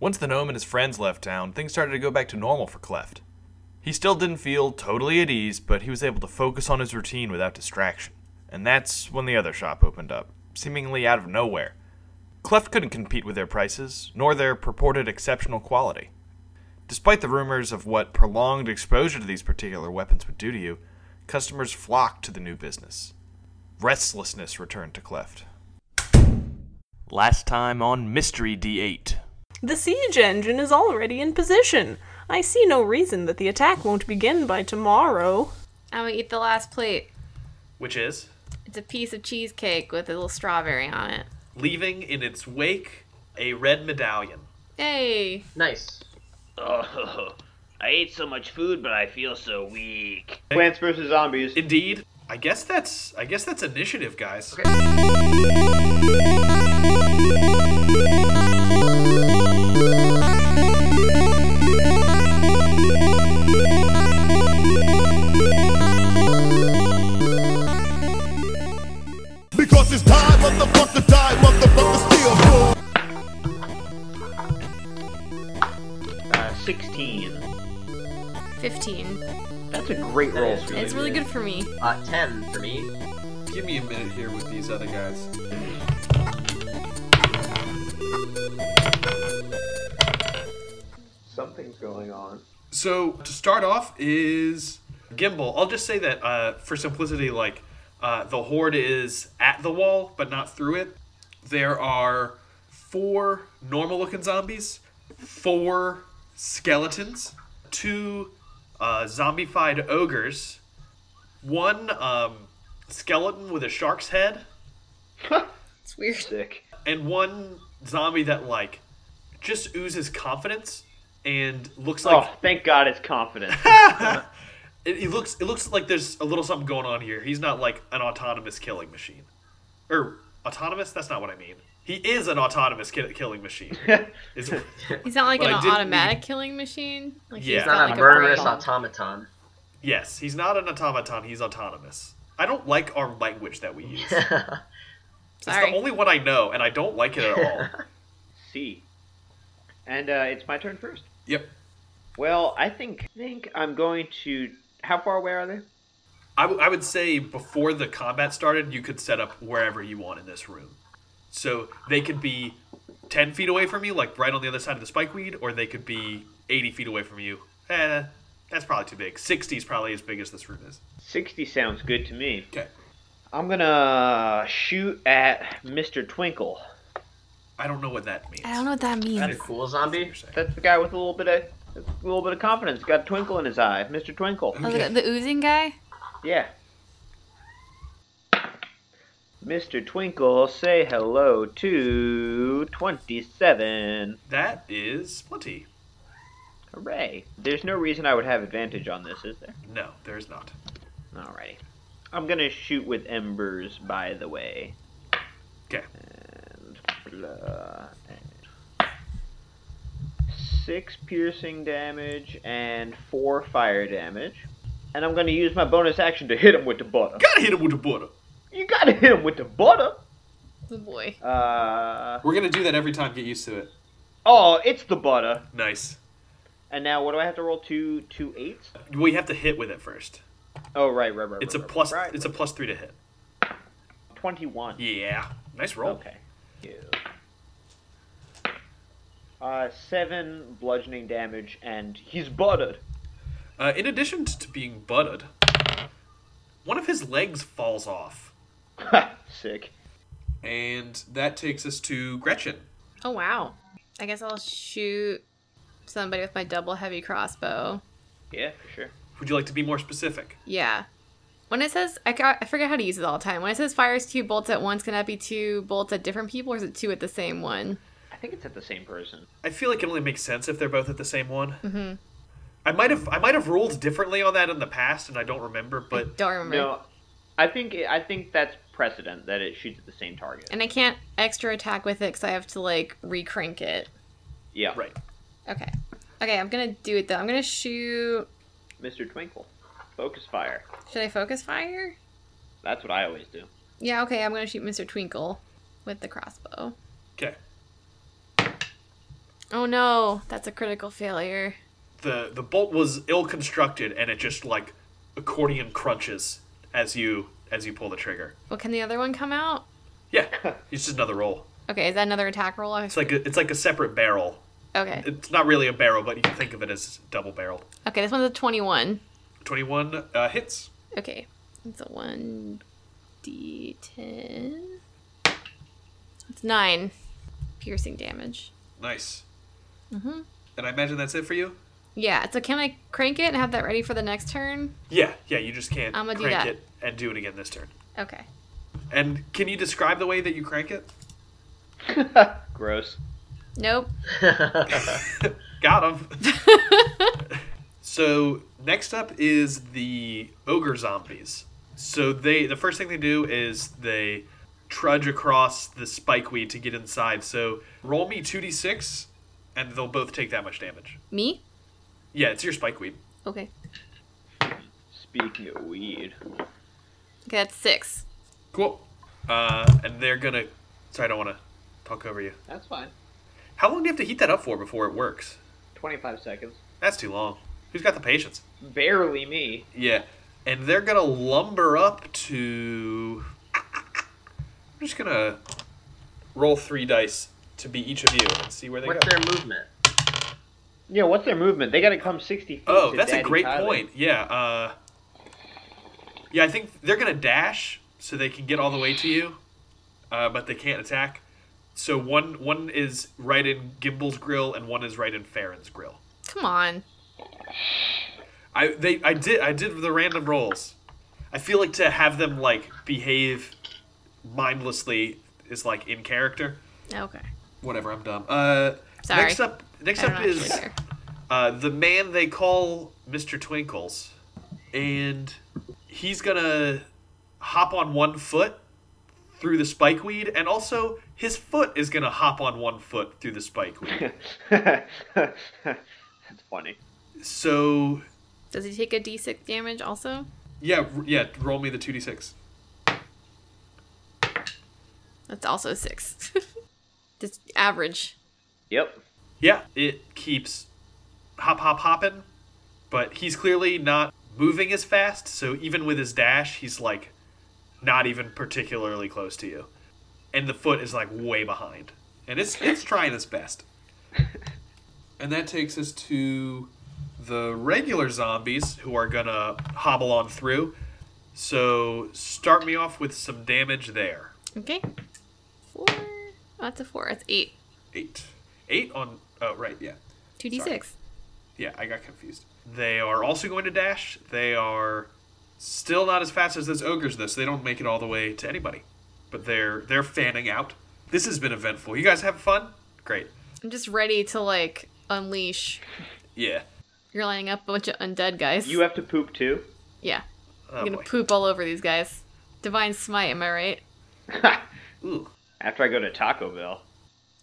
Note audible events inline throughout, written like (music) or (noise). Once the gnome and his friends left town, things started to go back to normal for Cleft. He still didn't feel totally at ease, but he was able to focus on his routine without distraction. And that's when the other shop opened up, seemingly out of nowhere. Cleft couldn't compete with their prices, nor their purported exceptional quality. Despite the rumors of what prolonged exposure to these particular weapons would do to you, customers flocked to the new business. Restlessness returned to Cleft. Last time on Mystery D8. The siege engine is already in position. I see no reason that the attack won't begin by tomorrow. I'm gonna eat the last plate. Which is It's a piece of cheesecake with a little strawberry on it. leaving in its wake a red medallion. Hey, Nice. Oh, I ate so much food, but I feel so weak. Plants vs. Zombies. Indeed. I guess that's I guess that's initiative, guys. Because it's time, motherfucker, die, motherfucker, still fool. Uh, 16. 15. That's a great roll. That is It's really good for me. Uh, 10 for me. Give me a minute here with these other guys. Something's going on. So to start off is Gimbal. I'll just say that uh, for simplicity, like uh, the horde is at the wall but not through it. There are four normal-looking zombies, four skeletons, two uh, zombified ogres, one um, skeleton with a shark's head, It's weird. Sick. and one zombie that like just oozes confidence and looks like Oh, thank God it's confident. it, it looks it looks like there's a little something going on here. He's not like an autonomous killing machine, or autonomous. That's not what I mean. He is an autonomous ki- killing machine. Is- He's not like Well, I an didn't automatic killing machine. Like Yeah. Not he's got Not like a murderous brain. automaton. yes, he's not an automaton. He's autonomous. I don't like our language that we use. It's the Sorry. only one I know, and I don't like it at all. C. And uh, it's my turn first. yep. Well, I think I think I'm going to. How far away are they? I, w- I would say before the combat started, you could set up wherever you want in this room. So they could be 10 feet away from you, like right on the other side of the spike weed, or they could be 80 feet away from you. Eh, that's probably too big. 60 is probably as big as this room is. 60 sounds good to me. Okay. I'm gonna shoot at Mr. Twinkle. I don't know what that means. I don't know what that Is that a means. cool zombie? You're saying. That's the guy with a little bit of a little bit of confidence. Got a twinkle in his eye, Mr. Twinkle. Oh, the, the oozing guy? Yeah. Mr. Twinkle, say hello to 27. That is plenty. Hooray. There's no reason I would have advantage on this, is there? No, there is not. Alrighty. I'm gonna shoot with embers, by the way. Okay. And blah, and- Six piercing damage and four fire damage. And I'm gonna use my bonus action to hit him with the butter. Gotta hit him with the butter. You gotta hit him with the butter! Oh boy. Uh, We're gonna do that every time. Get used to it. oh, it's the butter. Nice. And now, what do I have to roll? Two, two eights. We have to hit with it first. Oh, right, right, right. It's a right, plus. Right, It's a plus three to hit. twenty-one. Yeah. Nice roll. Okay. Uh, seven bludgeoning damage, and he's buttered. Uh, in addition t- to being butted, one of his legs falls off. Sick. And that takes us to Gretchen. Oh wow. I guess I'll shoot somebody with my double heavy crossbow. Yeah, for sure. Would you like to be more specific? Yeah. When it says, I, ca- I forget how to use it all the time. When it says fires two bolts at once, can that be two bolts at different people or is it two at the same one? I think it's at the same person. I feel like it only makes sense if they're both at the same one. Mm-hmm. I might have I might have ruled differently on that in the past, and I don't remember. (laughs) But Don't remember. No, I think I think that's precedent that it shoots at the same target. And I can't extra attack with it because I have to like recrank it. Yeah, right, Okay. Okay, I'm gonna do it though. I'm gonna shoot. Mr. Twinkle, focus fire. Should I focus fire? That's what I always do. Yeah, okay, I'm gonna shoot Mr. Twinkle with the crossbow. okay, Oh no, that's a critical failure. the the bolt was ill constructed and it just like accordion crunches as you as you pull the trigger. Well, can the other one come out? Yeah, it's just another roll. Okay, is that another attack roll? I- It's like a, it's like a separate barrel. Okay. It's not really a barrel, but you can think of it as double barreled. Okay, this one's a 21. Twenty one uh, hits. Okay, it's a 1d10. It's 9 piercing damage. Nice. Mm-hmm. And I imagine that's it for you. Yeah, so can I crank it and have that ready for the next turn? Yeah, yeah. You just can't I'ma do crank that. it and do it again this turn. Okay. And can you describe the way that you crank it? Gross. Nope. Got (laughs) him. so next up is the ogre zombies. So they the first thing they do is they trudge across the spikeweed to get inside. So roll me two d six, and they'll both take that much damage. Me? Yeah, it's your spikeweed. Okay. Speaking of weed. Okay, that's 6. Cool. Uh, and they're gonna. Sorry, I don't want to talk over you. That's fine. How long do you have to heat that up for before it works? 25 seconds. That's too long. Who's got the patience? Barely me. Yeah, and they're gonna lumber up to. I'm just gonna roll three dice to be each of you and see where they What's go. their movement? Yeah, what's their movement? They gotta come 60 feet. Oh, to that's a Daddy great Tyler. (laughs) point. Yeah. Uh, yeah, I think they're gonna dash so they can get all the way to you, uh, but they can't attack. So one one is right in Gimbel's grill and one is right in Farron's grill. Come on. I they I did I did the random rolls. I feel like to have them like behave mindlessly is like in character. Okay. Whatever, I'm dumb. Uh, Sorry. next up, next I don't up actually is care. uh, the man they call Mr. Twinkles, and he's gonna hop on one foot through the spikeweed, and also his foot is gonna hop on one foot through the spikeweed. (laughs) that's funny. so Does he take a d6 damage also? yeah, r- yeah, roll me the two d six. That's also 6. (laughs) Just average. Yep. Yeah, it keeps hop hop hopping, but he's clearly not moving as fast, so even with his dash, he's like not even particularly close to you. And the foot is like way behind. And it's it's trying its best. And that takes us to the regular zombies who are gonna hobble on through. So start me off with some damage there. Okay. Four. Oh, that's a four. That's eight. Eight. Eight on oh right, yeah. Two d six. Yeah, I got confused. They are also going to dash. They are still not as fast as those ogres, though, so they don't make it all the way to anybody. But they're they're fanning out. This has been eventful. You guys having fun? Great. I'm just ready to like unleash. Yeah. You're lining up a bunch of undead guys. You have to poop too? yeah. Oh I'm gonna boy. poop all over these guys. Divine smite. Am I right? Ooh, After I go to Taco Bell.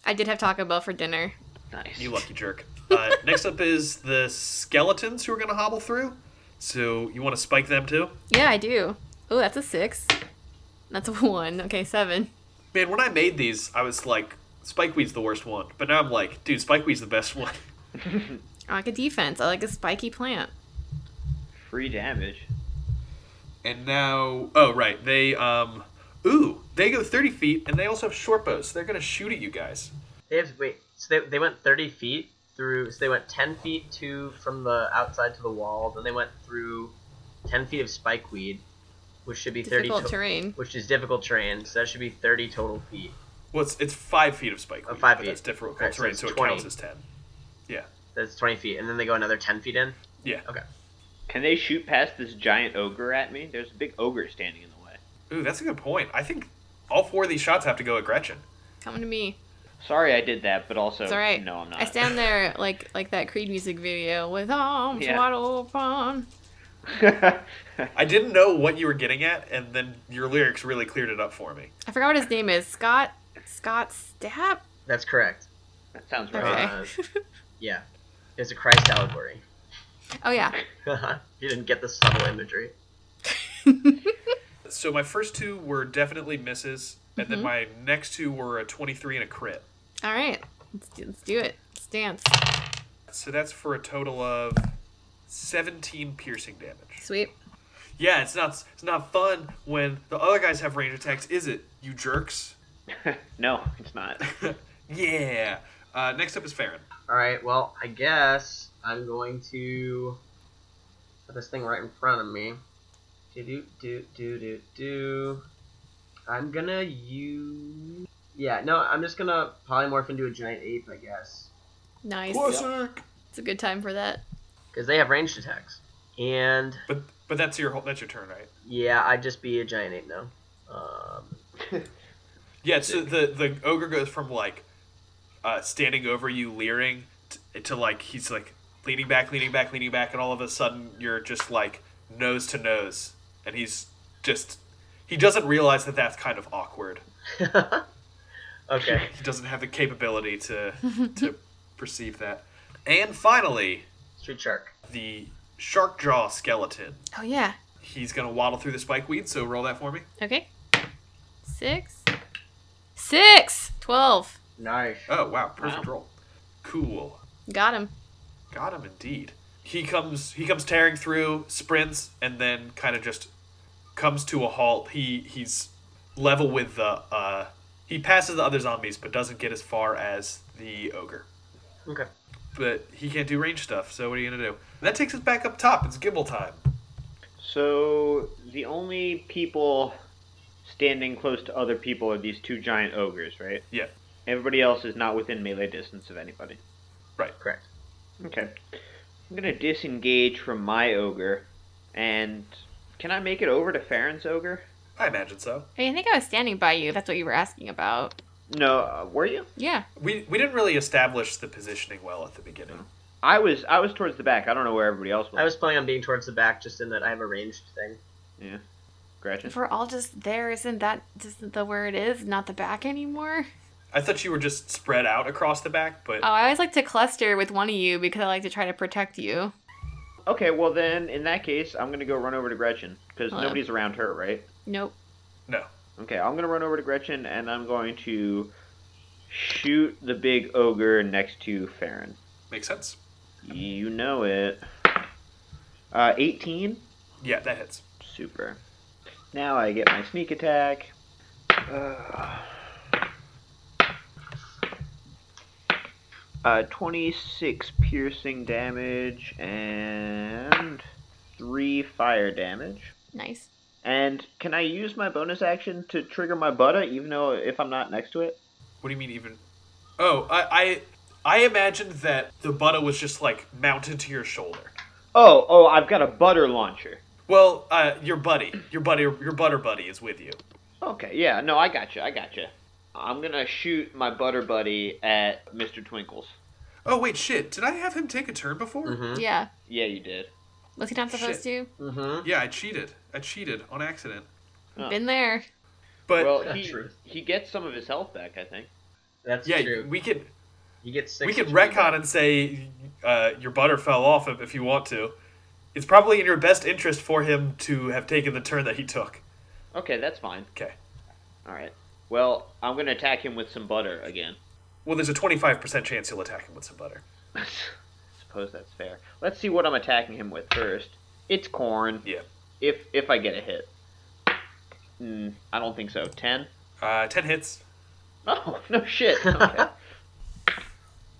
I did have Taco Bell for dinner. Nice. you lucky jerk. Uh, (laughs) next up is the skeletons who are going to hobble through. So you want to spike them too? Yeah, I do. Oh, that's a six. That's a (laughs) one. Okay, seven. Man, when I made these, I was like, spikeweed's the worst one. But now I'm like, dude, spikeweed's the best (laughs) one. I like a defense. I like a spiky plant. Free damage. And now, oh right, they um, ooh, they go thirty feet, and they also have short bows, so they're gonna shoot at you guys. They have wait. So they, they went thirty feet through. So they went ten feet to from the outside to the wall. Then they went through ten feet of spikeweed, which should be Difficult thirty. to- terrain. Which is difficult terrain. So that should be thirty total feet. Well, it's, it's five feet of spike. Oh, weed, five but feet. That's difficult Alright, so terrain, it's so, it 20. counts as ten. Yeah, That's twenty feet, and then they go another ten feet in. yeah. Okay. Can they shoot past this giant ogre at me? There's a big ogre standing in the way. Ooh, that's a good point. I think all four of these shots have to go at Gretchen. Come to me. Sorry I did that, but also It's all right. no, I'm not. I (laughs) stand there like like that Creed music video with arms Yeah. wide open. I didn't know what you were getting at, and then your lyrics really cleared it up for me. I forgot what his name is. Scott. Scott Stapp. That's correct. that sounds Okay. right. (laughs) Uh, yeah, it's a Christ allegory. (laughs) Oh yeah. you didn't get the subtle imagery. So my first two were definitely Mm-hmm. misses, and then my next two were a twenty-three and a crit. All right. Let's do, let's do it. Let's Dance. So that's for a total of 17 piercing damage. Sweet. Yeah, it's not it's not fun when the other guys have range attacks, is it? You jerks. No, it's not. Yeah. Uh, next up is Farron. All right. Well, I guess I'm going to put this thing right in front of me. Do do do do do do. I'm gonna use. Yeah. No, I'm just gonna polymorph into a giant ape, I guess, Nice. Berserk. It's a good time for that. because they have ranged attacks. And But but that's your whole, that's your turn, right? yeah, I'd just be a giant ape now. Um, Yeah. So the the ogre goes from like uh, standing over you, leering, t- to like he's like leaning back, leaning back, leaning back, and all of a sudden you're just like nose to nose, and he's just he doesn't realize that that's kind of awkward. okay. (laughs) He doesn't have the capability to to perceive that. And finally, Street shark. the shark jaw skeleton. Oh yeah. He's gonna waddle through the spike weed. So roll that for me. Okay. Six. Six. Twelve. Nice. Oh wow, perfect roll. Cool. Got him. Got him indeed. He comes he comes tearing through, sprints, and then kind of just comes to a halt. He he's level with the uh he passes the other zombies but doesn't get as far as the ogre. Okay. But he can't do range stuff, so what are you gonna do? And that takes us back up top. It's Gibble time. so the only people standing close to other people are these two giant ogres, right? Yeah. Everybody else is not within melee distance of anybody. Correct. Okay. I'm gonna disengage from my ogre, and can I make it over to Farron's ogre? I imagine so. I, mean, I think I was standing by you. That's what you were asking about. No, uh, were you? Yeah. We we didn't really establish the positioning well at the beginning. I was. I was towards the back. I don't know where everybody else was. I was planning on being towards the back, just in that I have a ranged thing. Yeah. Gretchen. If we're all just there, isn't that just the where it is, not the back anymore? I thought you were just spread out across the back, but Oh, I always like to cluster with one of you because I like to try to protect you. Okay. Well, then in that case, I'm gonna go run over to Gretchen because Hello. nobody's around her, right? Nope. no. Okay. I'm gonna run over to Gretchen, and I'm going to shoot the big ogre next to Farron. Makes sense. You know it. Uh, 18. Yeah, that hits. Super. Now I get my sneak attack. Uh, uh, 26 piercing damage and 3 fire damage. Nice. And can I use my bonus action to trigger my butter even though if I'm not next to it? What do you mean even? Oh, I I, I imagined that the butta was just like mounted to your shoulder. Oh, oh, I've got a butter launcher. Well, uh, your buddy, your buddy, your butter buddy is with you. Okay, yeah, no, I got you. I got you. I'm going to shoot my butter buddy at Mr. Twinkles. Oh wait, shit! Did I have him take a turn before? Yeah. Yeah, you did. Was he not supposed to? Mm-hmm. Yeah, I cheated. I cheated on accident. Been there. But Well, That's he, true. he gets some of his health back, I think. That's yeah, true. we could you get six. we could HP retcon and say uh, your butter fell off if- if you want to. It's probably in your best interest for him to have taken the turn that he took. Okay, that's fine. Okay. All right. Well, I'm going to attack him with some butter again. (laughs) Well, there's a 25% chance he'll attack him with some butter. Suppose that's fair. Let's see what I'm attacking him with first. It's corn. Yeah. If if I get a hit. Mm, I don't think so. 10. Uh, 10 hits. Oh, (laughs) no shit. Okay.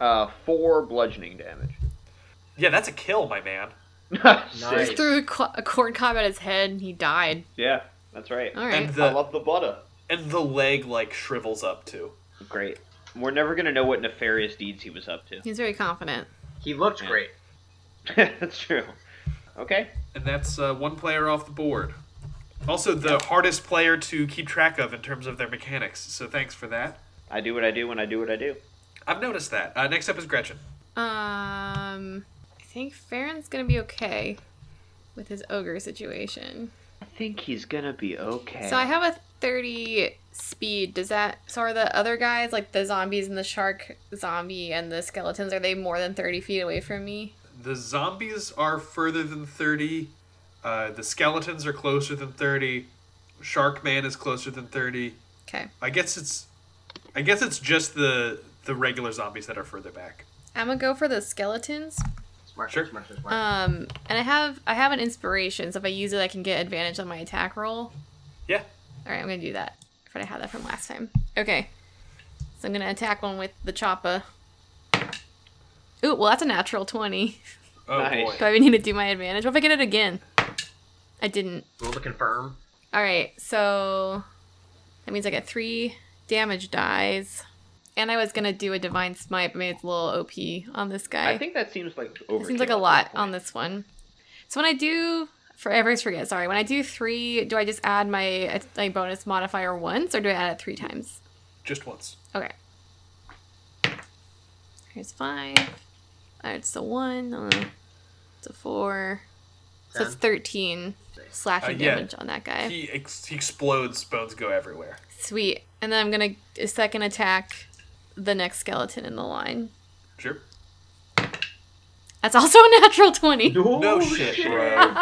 uh 4 bludgeoning damage. (laughs) Yeah, that's a kill, my man. Nice. Sick. Just threw a, cl- a corn cob at his head and he died. Yeah, that's right. All right. And I the love the butter. and the leg like shrivels up too. Great. We're never going to know what nefarious deeds he was up to. (laughs) He's very confident. He looked Yeah. great. that's true. Okay. And that's uh, one player off the board. Also, the hardest player to keep track of in terms of their mechanics. So thanks for that. I do what I do when I do what I do. I've noticed that. Uh, next up is Gretchen. Um, I think Farron's gonna be okay with his ogre situation. I think he's gonna be okay. So I have a 30 speed. Does that so are the other guys like the zombies and the shark zombie and the skeletons are they more than 30 feet away from me? The zombies are further than thirty. Uh, the skeletons are closer than thirty. Shark Man is closer than thirty. Okay. I guess it's, I guess it's just the the regular zombies that are further back. I'm gonna go for the skeletons. Smart, Sure. smart, smart, smart. Um, and I have I have an inspiration, so if I use it, I can get advantage on my attack roll. Yeah. All right, I'm gonna do that. I forgot I had that from last time. Okay, so I'm gonna attack one with the choppa. Ooh, well that's a natural twenty. (laughs) Oh Nice. Do boy. I even need to do my advantage? What if I get it again? I didn't. Roll to confirm. All right, so that means I get three damage dies, and I was gonna do a divine smite, but maybe it's a little OP on this guy. I think that seems like overkill. It seems like a at this lot point. on this one. So when I do, for I always forget. Sorry, when I do three, do I just add my like bonus modifier once, or do I add it three times? Just once. Okay. Here's five. All right, it's a one. Uh, it's a four. So it's Ten. thirteen slashing Uh, yeah. damage on that guy. He, ex- he explodes. Bones go everywhere. Sweet. And then I'm gonna a second attack the next skeleton in the line. Sure. That's also a natural twenty. No Oh, shit, bro.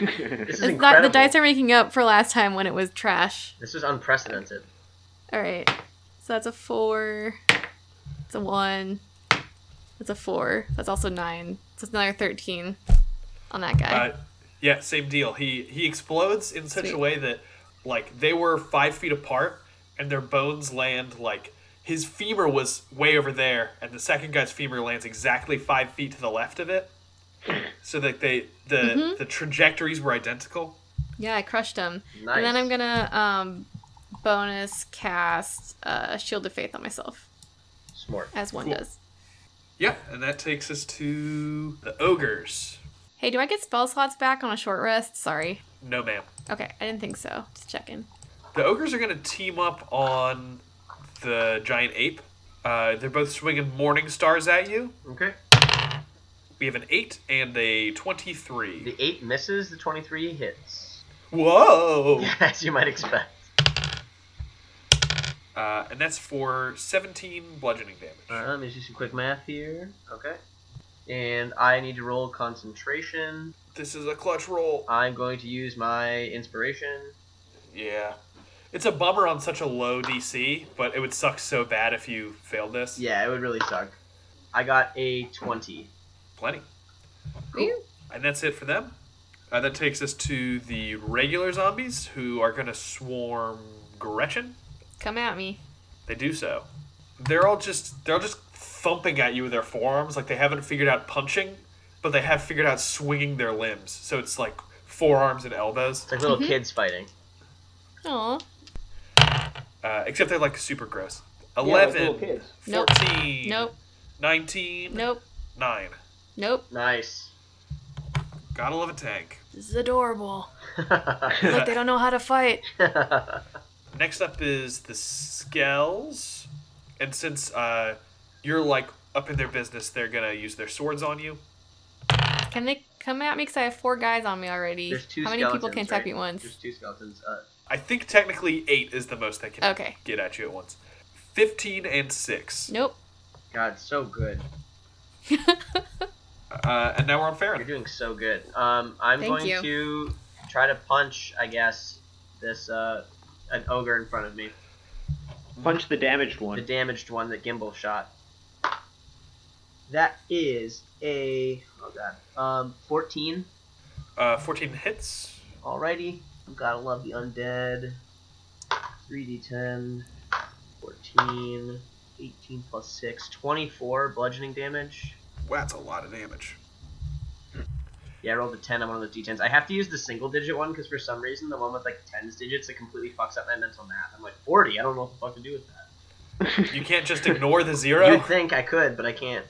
This is It's not, incredible. the dice are making up for last time when it was trash. This is unprecedented. All right. So that's a four. It's a one. That's a four. That's also nine. So it's another 13 on that guy. Uh, yeah, same deal. He he explodes in such Sweet. a way that like they were five feet apart and their bones land like his femur was way over there and the second guy's femur lands exactly five feet to the left of it. So that they the the trajectories were identical. yeah, I crushed him. Nice. And then I'm going to um, bonus cast uh, Shield of Faith on myself, Smart. as one Cool. does. Yeah, and that takes us to the ogres. Hey, do I get spell slots back on a short rest? Sorry. No ma'am. Okay, I didn't think so. Just checking. The ogres are going to team up on the giant ape. Uh, they're both swinging morning stars at you. Okay. We have an 8 and a 23. The eight misses. The twenty-three hits. (laughs) Whoa! As you might expect. Uh, and that's for 17 bludgeoning damage. Alright, let me do some quick math here. Okay. And I need to roll concentration. This is a clutch roll. I'm going to use my inspiration. Yeah. It's a bummer on such a low DC, but it would suck so bad if you failed this. Yeah, it would really suck. I got a 20. Plenty. Ooh. And that's it for them. Uh, that takes us to the regular zombies who are going to swarm Gretchen. Come at me. They do so. They're all just they're all just thumping at you with their forearms, like they haven't figured out punching, but they have figured out swinging their limbs. So it's like forearms and elbows. It's like Mm-hmm. little kids fighting. Aw. Uh, except they're like super gross. Yeah, like 11, little kids. Nope. 14, Nope. 19, Nope. 9. Nope. Nice. Gotta love a tank. This is (laughs) adorable. Look, they don't know how to fight. Next up is the Skells. And since uh, you're like up in their business, they're gonna use their swords on you. Can they come at me? Because I have four guys on me already. There's two How many people skeletons, can right? tap you once? There's two skeletons. Uh, I think technically 8 is the most they can Okay. get at you at once. 15 and 6. Nope. God, so good. Uh, and now we're on You're Farron. doing so good. Um, I'm Thank going you. to try to punch, I guess, this uh, an ogre in front of me. Punch the damaged The one. damaged one that Gimbal shot. That is a oh god, um, 14. Uh, 14 hits. Alrighty, gotta love the undead. 3d10, 14, 18 plus 6, 24 bludgeoning damage. Wow, that's a lot of damage. Yeah, I rolled a 10 on one of those d10s. I have to use the single digit one because for some reason the one with like tens digits it completely fucks up my mental math. I'm like 40. I don't know what the fuck to do with that. You can't just ignore the zero. You'd think I could, but I can't.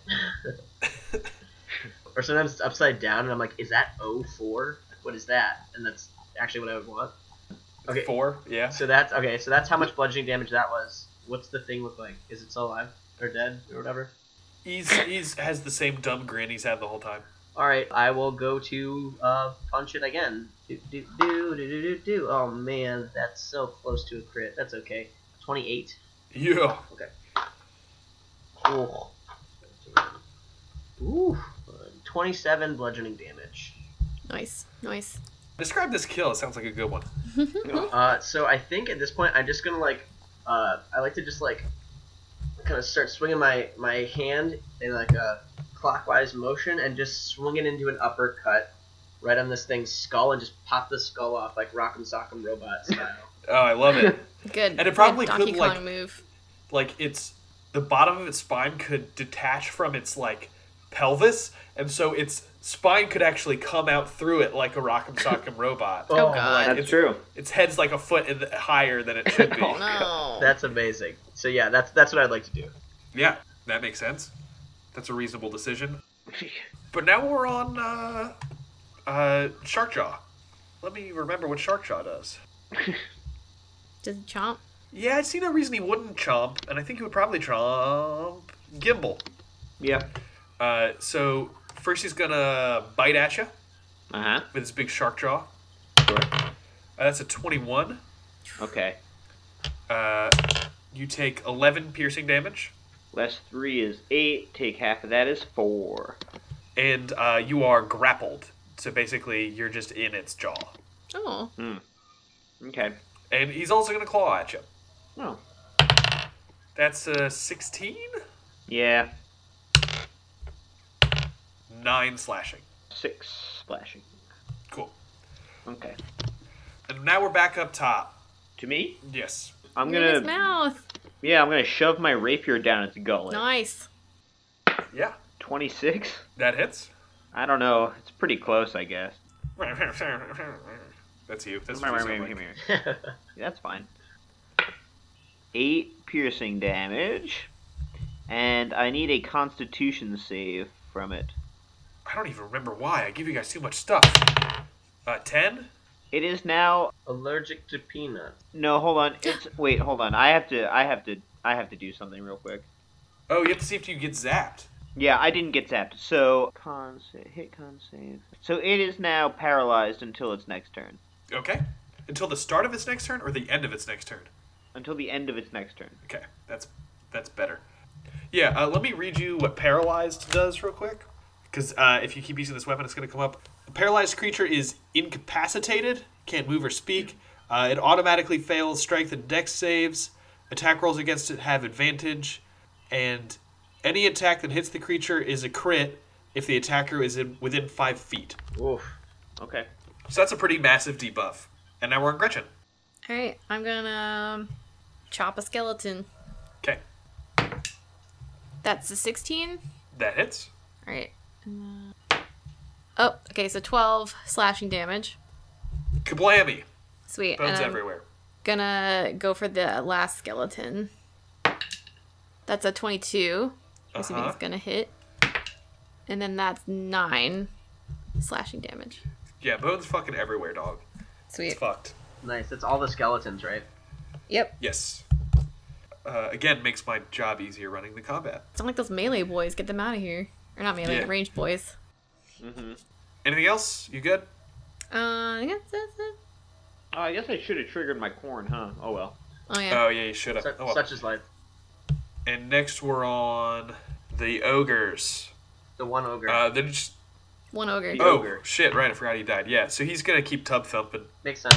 (laughs) or sometimes it's upside down and I'm like, is that 04? What is that? And that's actually what I would want. Okay, Four, yeah. So that's okay. So that's how much bludgeoning damage that was. What's the thing look like? Is it still alive or dead or whatever? He's, he's has the same dumb grin he's had the whole time. All right, I will go to uh, punch it again. Do do do do do do do. Oh man, that's so close to a crit. That's okay. Twenty-eight. Yeah. Oh. Ooh. Twenty-seven bludgeoning damage. Nice. Nice. Describe this kill. It sounds like a good one. Uh, so I think at this point I'm just gonna like, uh, I like to just like, kind of start swinging my my hand in like a clockwise motion and just swing it into an uppercut right on this thing's skull and just pop the skull off like Rock'em Sock'em Robot style. Oh, I love it. Good. And it probably good Donkey could, Kong like- move. like it's the bottom of its spine could detach from its like pelvis, and so its spine could actually come out through it like a Rock'em Sock'em robot. Oh, Oh, god. That's It's- true. Oh, Its head's like a foot in higher than it (laughs) should be. No. That's amazing. So yeah, that's that's what I'd like to do. yeah, that makes sense. That's a reasonable (laughs) decision. But now we're on uh, uh, Shark Jaw. Let me remember what Shark Jaw does. Just chomp. Yeah, I see no reason he wouldn't chomp, and I think he would probably chomp Gimbal. Yeah. Uh, so first he's gonna bite at you Uh with his big shark jaw. huh. Uh, that's a 21. Okay. Uh, you take 11 piercing damage, Less three is eight. Take half of that is four. and uh, you are grappled. So basically, you're just in its jaw. Oh. Okay. And he's also gonna claw at you. Oh. That's a 16? Yeah. 9 slashing. Six splashing. Cool. Okay. And now we're back up top. To me, Yes. I'm Look at his gonna mouth. yeah, I'm gonna shove my rapier down its gullet. Nice. Yeah, Twenty six. that hits. I don't know. It's pretty close, I guess. (laughs) That's you. That's Come what here, you sound come here, like. come here. (laughs) That's fine. Eight piercing damage, and I need a Constitution save from it. I don't even remember why. I give you guys too much stuff. Uh, 10? It is now Allergic to peanut. no. Hold on. It's wait. Hold on. I have to. I have to. I have to do something real quick. Oh, you have to see if you get zapped. Yeah, I didn't get zapped. So con sa- hit con save. So it is now paralyzed until its next turn. Okay. Until the start of its next turn or the end of its next turn? Until the end of its next turn. Okay, that's that's better. Yeah, uh, let me read you what paralyzed does real quick, because uh, if you keep using this weapon, it's going to come up. A paralyzed creature is incapacitated, can't move or speak. Uh, it automatically fails strength and dex saves. Attack rolls against it have advantage, and any attack that hits the creature is a crit if the attacker is in, within five feet. Oof. Okay. So that's a pretty massive debuff. And now we're on Gretchen. All right. I'm gonna um, chop a skeleton. Okay, That's a 16. that hits. All right. And, uh, Oh, okay. So 12 slashing damage. Kablammy! Sweet. and Bones I'm everywhere. Gonna go for the last skeleton. That's a 22. Assuming Uh-huh. it's gonna hit. And then that's nine slashing damage. Yeah, bones fucking everywhere, dog. Sweet. It's fucked. Nice. That's all the skeletons, right? Yep. Yes. Uh, again, makes my job easier running the combat. It's not like those melee boys. Get them out of here. Or not melee, Yeah. the ranged boys. Anything else? You good? Uh, yeah, that's it. Oh, I guess I should have triggered my corn, huh? Oh well. Oh, yeah. Oh yeah, you should have. Such, Oh, well. such is life. And next we're on the ogres. The one ogre Uh, they're just One ogre. The oh ogre. shit! Right, I forgot he died. Yeah, so he's gonna keep tub thumping. makes sense.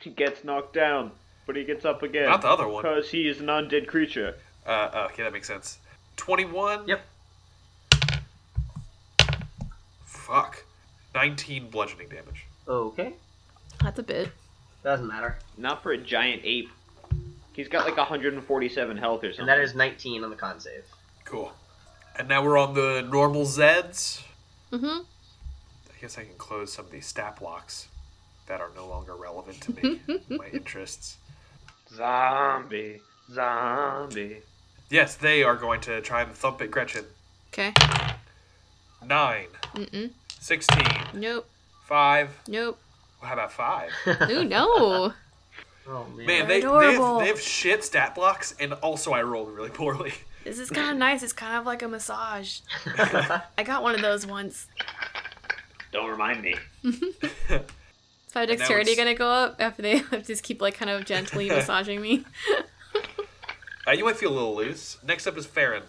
He gets knocked down, but he gets up again. Not the other one. Because he is an undead creature. Uh, okay, that makes sense. Twenty-one. Yep. Fuck. Nineteen bludgeoning damage. Okay. That's a bit. Doesn't matter. Not for a giant ape. He's got like 147 health or something. And that is 19 on the con save. Cool. And now we're on the normal Zeds. Mm-hmm. I guess I can close some of these stat blocks that are no longer relevant to (laughs) me, my interests. zombie, zombie. Yes, they are going to try and thump at Gretchen. Okay. 9, Mm-mm. 16, Nope. 5. Nope. Well, how about (laughs) 5? Ooh, no. Oh man. Man, they, they, have, adorable. they have shit stat blocks, and also I rolled really poorly. (laughs) this (laughs) is kind of nice. It's kind of like a massage. I got one of those once. Don't remind me. Is my that dexterity was- gonna go up after they (laughs) just keep like kind of gently massaging me? Uh, you might feel a little loose. Next up is Farron.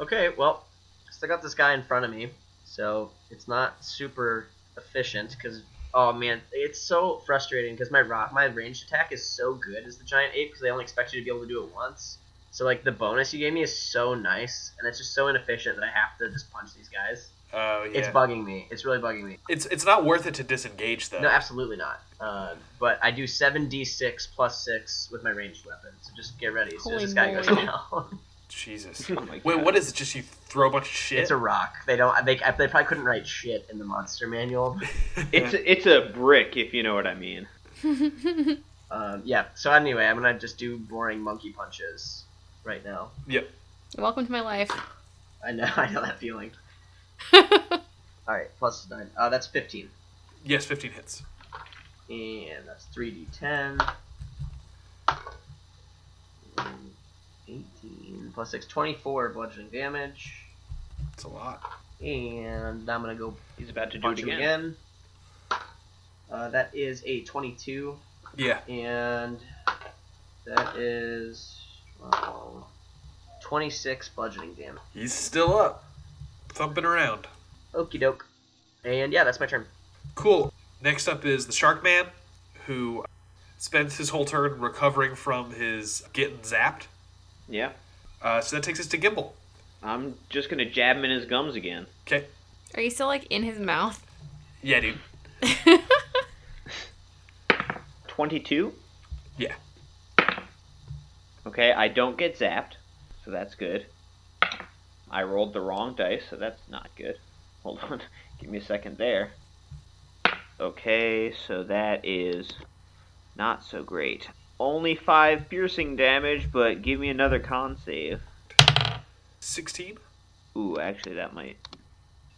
Okay, well, still got this guy in front of me, so it's not super efficient because oh man, it's so frustrating because my rock, my ranged attack is so good as the giant ape because they only expect you to be able to do it once. So like the bonus you gave me is so nice, and it's just so inefficient that I have to just punch these guys. Oh yeah. It's bugging me. It's really bugging me. it's it's not worth it to disengage though. No, absolutely not. Uh, but I do seven d six plus six with my ranged weapon. So just get ready. As soon as Holy this guy goes moly. down, (laughs) Jesus. Oh my Wait, God. what is it? Just you throw a bunch of shit? it's a rock. They don't. They, they probably couldn't write shit in the monster manual. It's a, it's a brick, if you know what I mean. Um, yeah. So anyway, I'm gonna just do boring monkey punches right now. Yep. Welcome to my life. I know. (laughs) I know that feeling. All right. Plus nine. Uh, that's fifteen. Yes, 15 hits. And that's 3d10. Mm, 18 plus 6, 24 bludgeoning damage. It's a lot. And I'm going to go He's about to do punch it him again. again. Uh, that is a 22. Yeah. And that is well, 26 bludgeoning damage. He's still up. Thumping around. Okie doke. And yeah, that's my turn. Cool. Next up is the Shark Man, who spends his whole turn recovering from his getting zapped. Yeah. Uh, so that takes us to Gimbal. I'm just gonna jab him in his gums again. Okay. Are you still like in his mouth? Yeah, dude. Twenty-two. Yeah. Okay, I don't get zapped, so that's good. I rolled the wrong dice, so that's not good. Hold on, (laughs) give me a second there. Okay, so that is not so great. Only five piercing damage, but give me another con save. 16? Ooh, actually, that might.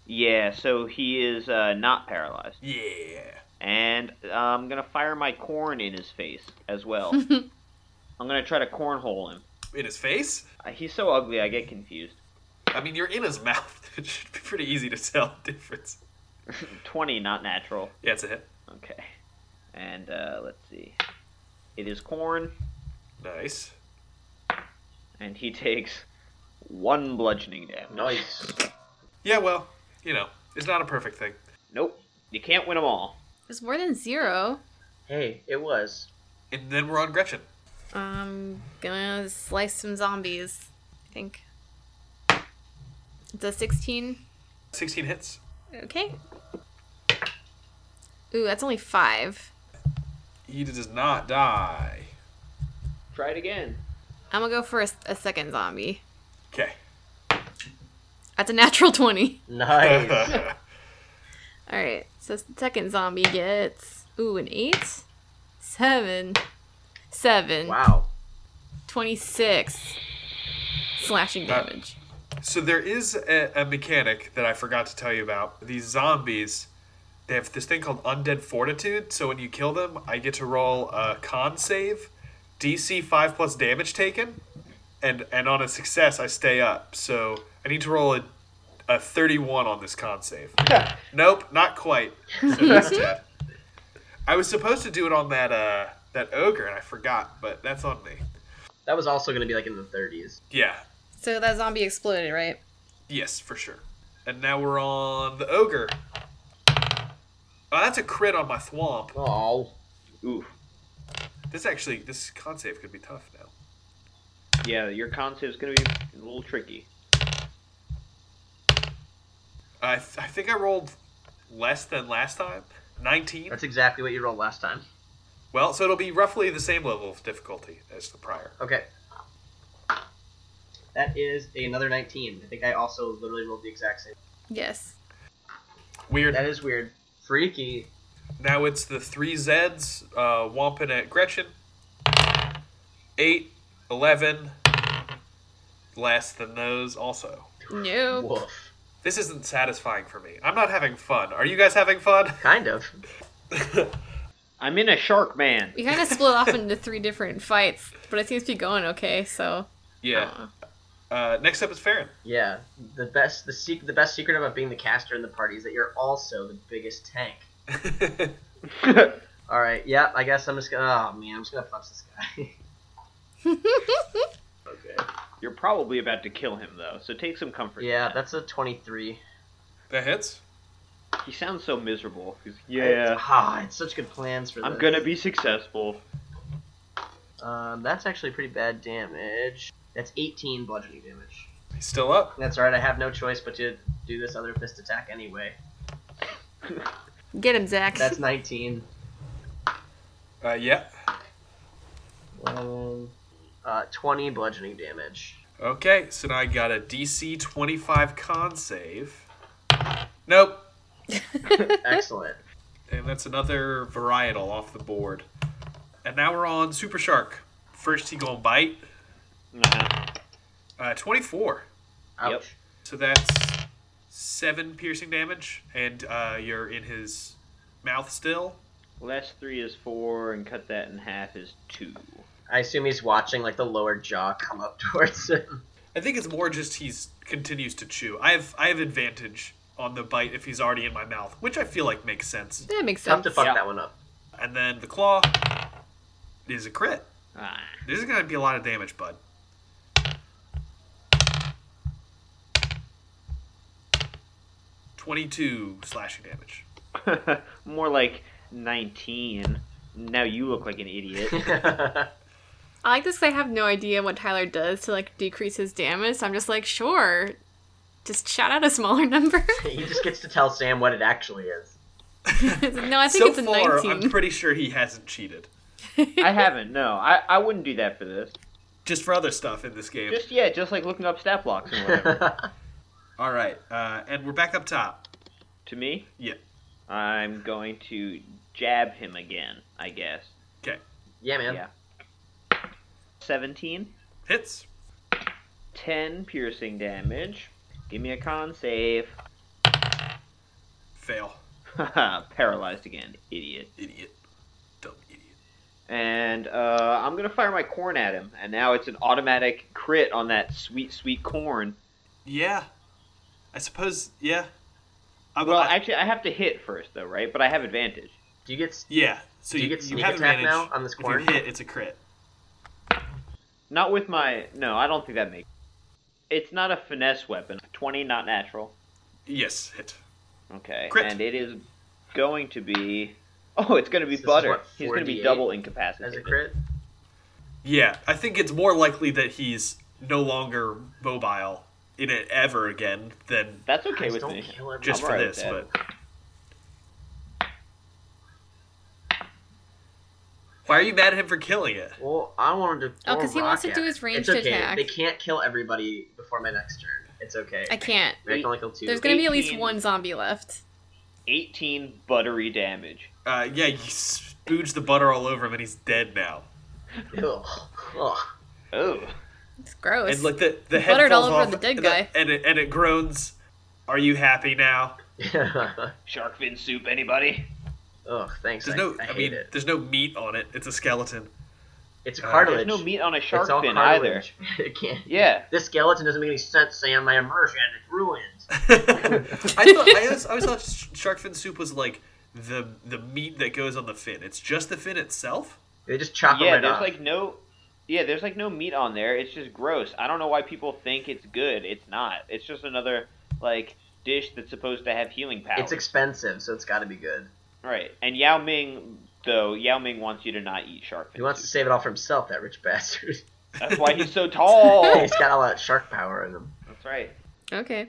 Yeah, so he is uh, not paralyzed. Yeah. And uh, I'm gonna fire my corn in his face as well. I'm gonna try to cornhole him. In his face? Uh, He's so ugly, I get confused. I mean, you're in his (laughs) mouth. It should be pretty easy to tell the difference. 20, not natural. Yeah, it's a hit. Okay. And uh, let's see. It is corn, Nice. and he (laughs) takes one bludgeoning damage. Nice. Yeah, well, you know, it's not a perfect thing. Nope. You can't win them all. It's more than zero. hey, it was. And then we're on Gretchen. I'm gonna slice some zombies. I think. It's a 16. 16 hits. Okay. Ooh, that's only five. He does not die. Try it again. I'm gonna go for a, s- a second zombie. Okay. That's a natural 20. (laughs) Nice. All right, so second zombie gets ooh an eight, seven, seven, wow. 26 slashing Wow. damage. So there is a, a mechanic that I forgot to tell you about. These zombies, they have this thing called undead fortitude. So when you kill them, I get to roll a con save, DC five plus damage taken, and and on a success I stay up. So I need to roll a, a thirty one on this con save. nope, not quite. So he's dead. I was supposed to do it on that uh that ogre and I forgot, but that's on me. That was also going to be like in the 30s. Yeah, So that zombie exploded, right? Yes, for sure. And now we're on the ogre. Oh, that's a crit on my thwomp. Oh. Oof. This actually, this con save could be tough now. Yeah, your con save's gonna be a little tricky. I, th- I think I rolled less than last time, 19. That's exactly what you rolled last time. Well, so it'll be roughly the same level of difficulty as the prior. Okay. That is another 19. I think I also literally rolled the exact same. Yes. Weird. That is weird. Freaky. Now it's the three Zeds uh, whomping at Gretchen. 8, 11, less than those also. No. Woof. This isn't satisfying for me. I'm not having fun. Are you guys having fun? Kind of. I'm in a shark man. We kind of split off into three different fights, but it seems to be going okay, so. Yeah. Uh, next up is Farron. Yeah. The best the sec- the best secret about being the caster in the party is that you're also the biggest tank. All right. Yeah, I guess I'm just gonna. Oh man, I'm just gonna punch this guy. (laughs) okay. You're probably about to kill him though, so take some comfort. in Yeah, that. that's a 23. that hits. He sounds so miserable. He's, It's, ah, it's such good plans for this. I'm gonna be successful. Um, that's actually pretty bad damage. That's 18 bludgeoning damage. He's still up. That's right. I have no choice but to do this other fist attack anyway. Get him, Zach. That's 19. Uh, yeah. Um, uh, 20 bludgeoning damage. Okay, so now I got a DC 25 con save. Nope. Excellent. And that's another varietal off the board. And now we're on Super Shark. First, he gonna bite. Nah. Uh, 24. Ouch. Yep. So that's seven piercing damage, and uh, you're in his mouth still. Less three is four, and cut that in half is two. I assume he's watching like the lower jaw come up (laughs) towards him. I think it's more just he's continues to chew. I have I have advantage on the bite if he's already in my mouth, which I feel like makes sense. that makes Tough sense. to fuck Yeah. that one up. And then the claw is a crit. Ah. This is gonna be a lot of damage, bud. Twenty-two slashing damage. More like 19. Now you look like an idiot. I like this 'cause I have no idea what Tyler does to like decrease his damage. So I'm just like, sure, just shout out a smaller (laughs) number. he just gets to tell Sam what it actually is. no, I think so it's a far, 19. I'm pretty sure he hasn't cheated. I haven't, no. I, I wouldn't do that for this. Just for other stuff in this game. Just, yeah, just like looking up stat blocks and whatever. That's All right, uh, and we're back up top. to me, Yeah. I'm going to jab him again, I guess. Okay. Yeah, man. Yeah. 17, Hits. 10 piercing damage. Give me a con save. (laughs) Fail. Haha, paralyzed again, idiot. Idiot. Dumb idiot. And uh, I'm gonna fire my corn at him, and now it's an automatic crit on that sweet, sweet corn. Yeah. I suppose. Yeah. I, Well, I- actually, I have to hit first, though, right? But I have advantage. Do you get s- yeah. So do you you, get you sneak have attack advantage now on this If corn? you hit, it's a crit. Not with my. No, I don't think that makes. It's not a finesse weapon. Twenty, not natural. Yes, hit. Okay. Crit. And it is going to be. Oh, it's going to be This is butter. what, He's going to be 48 double as incapacitated. a crit? Yeah, I think it's more likely that he's no longer mobile in it ever again than That's okay Guys, with don't me. kill him. just I'm for alright this. But with why are you mad at him for killing it? Well, I wanted to. Oh, throw a 'cause he wants rock to do at his it. ranged it's okay. attack. They can't kill everybody before my next turn. It's okay. I can't. I can only kill two. There's gonna be at least 18. one zombie left. Eighteen buttery damage. Uh, yeah, you spooge the butter all over him, and he's dead now. Ugh. (laughs) Ugh. Oh. It's gross. And like the the head buttered all falls over off, the dead and guy. and it, and it groans. Are you happy now? Shark fin soup, anybody? Ugh. Thanks. There's I, no, I I, hate mean, it. there's no meat on it. It's a skeleton. (laughs) uh, It's cartilage. There's no meat on a shark it's all fin either. cartilage. (laughs) it can't. Yeah. This skeleton doesn't make any sense, Sam. My immersion (laughs) is ruined. I thought I always, I always thought sh- shark fin soup was like the the meat that goes on the fin. It's just the fin itself. They just (laughs) chop Yeah. them right There's off. like no. Yeah, there's like no meat on there. It's just gross. I don't know why people think it's good. It's not. It's just another like dish that's supposed to have healing powers. It's expensive, so it's got to be good. Right. And Yao Ming, though, Yao Ming wants you to not eat shark fin. He wants to soup. save it all for himself, that rich (laughs) bastard. That's why he's so (laughs) tall. He's got all that shark power in him. That's right. okay.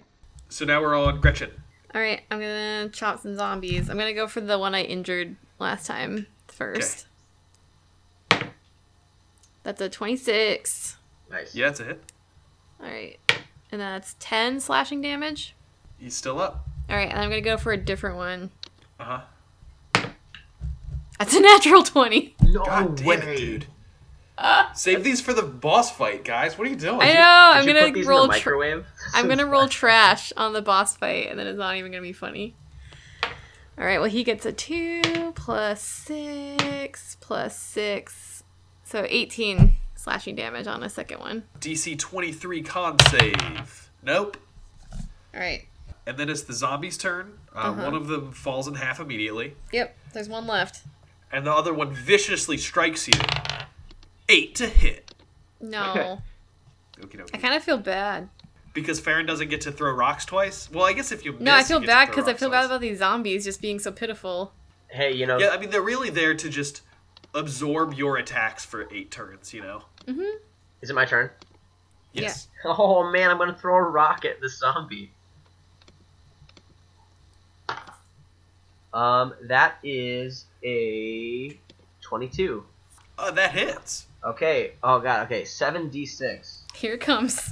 So now we're on Gretchen. All right. I'm gonna chop some zombies. I'm gonna go for the one I injured last time first. That's a 26. Nice. Yeah, it's a hit. All right. And that's 10 slashing damage. He's still up. All right. And I'm going to go for a different one. Uh Uh-huh. huh. That's a natural 20. No God damn way. it, dude. Save these for the boss fight, guys. What are you doing? Ah. I know. Did I'm you going put to these roll in the tr- microwave. I'm (laughs) going to roll trash on the boss fight and then it's not even going to be funny. All right. Well, he gets a 2 plus 6 plus 6. So 18 slashing damage on the second one. DC 23 con save. Nope. All right. And then it's the zombies' turn. Uh, Uh-huh. One of them falls in half immediately, Yep. There's one left. and the other one viciously strikes you. Eight to hit. (laughs) No. Okie I dokie. kind of feel bad. Because Farron doesn't get to throw rocks twice. Well, I guess if you No, I miss, feel you get to bad throw because I rocks feel bad twice. about these zombies just being so pitiful. Hey, you know, Yeah, I mean they're really there to just absorb your attacks for eight turns. You know. is it my turn? Yes. Oh man, I'm gonna throw a rock at the zombie. Um, that is a twenty-two. Uh, that hits. Okay. Oh god. Okay. Seven d six. Here it comes.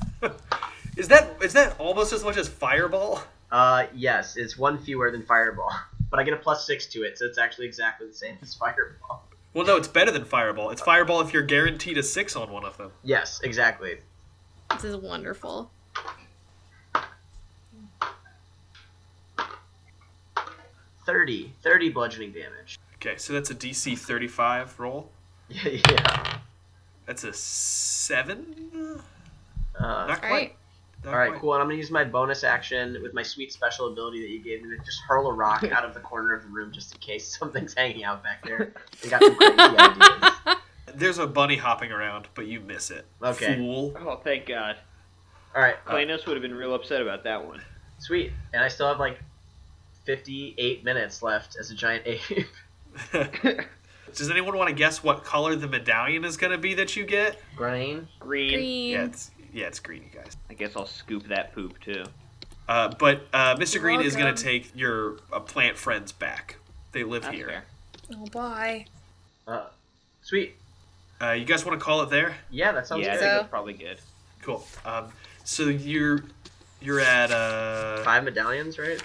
Is that is that almost as much as fireball? Uh, yes, it's one fewer than fireball, (laughs) but I get a plus six to it, so it's actually exactly the same as (laughs) fireball. Well, no, it's better than fireball. It's fireball if you're guaranteed a six on one of them. Yes, exactly. This is wonderful. Thirty. Thirty bludgeoning damage. (laughs) Okay, so that's a DC 35 roll. yeah. That's a seven. Uh, Not All quite. right. Not All right, quite. cool. And I'm gonna use my bonus action with my sweet special ability that you gave me to just hurl a rock out of the corner of the room just in case (laughs) something's hanging out back there. I got some crazy ideas. There's a bunny hopping around, but you miss it. Okay. Fool. Oh, thank God. All right, uh, Klanos would have been real upset about that one. sweet. And I still have like 58 minutes left as a giant ape. (laughs) Does anyone want to guess what color the medallion is going to be that you get? Green. Green. Green. Yeah, it's yeah, it's green, you guys. I guess I'll scoop that poop too. Uh, but uh, mister Green is going to welcome. take your uh, plant friends back. They live That's here. fair. Oh, bye. Uh, sweet. Uh, you guys want to call it there? Yeah, that sounds yeah, I think good. So- that's probably good. Cool. Um, so you're you're at uh, Five medallions, right?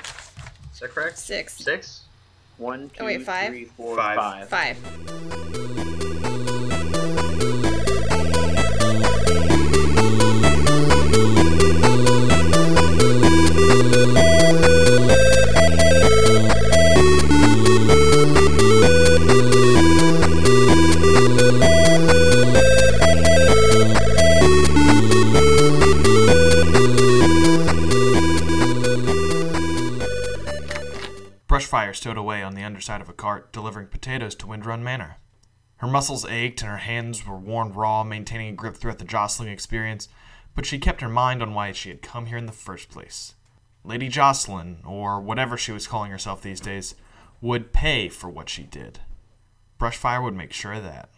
Is that correct? Six. Six. One, two, Oh, wait, five? three, four, Five. five. Five. Brush fire stowed away on the underside of a cart, delivering potatoes to Windrun Manor. Her muscles ached and her hands were worn raw, maintaining a grip throughout the jostling experience, but she kept her mind on why she had come here in the first place. Lady Jocelyn, or whatever she was calling herself these days, would pay for what she did. Brushfire would make sure of that.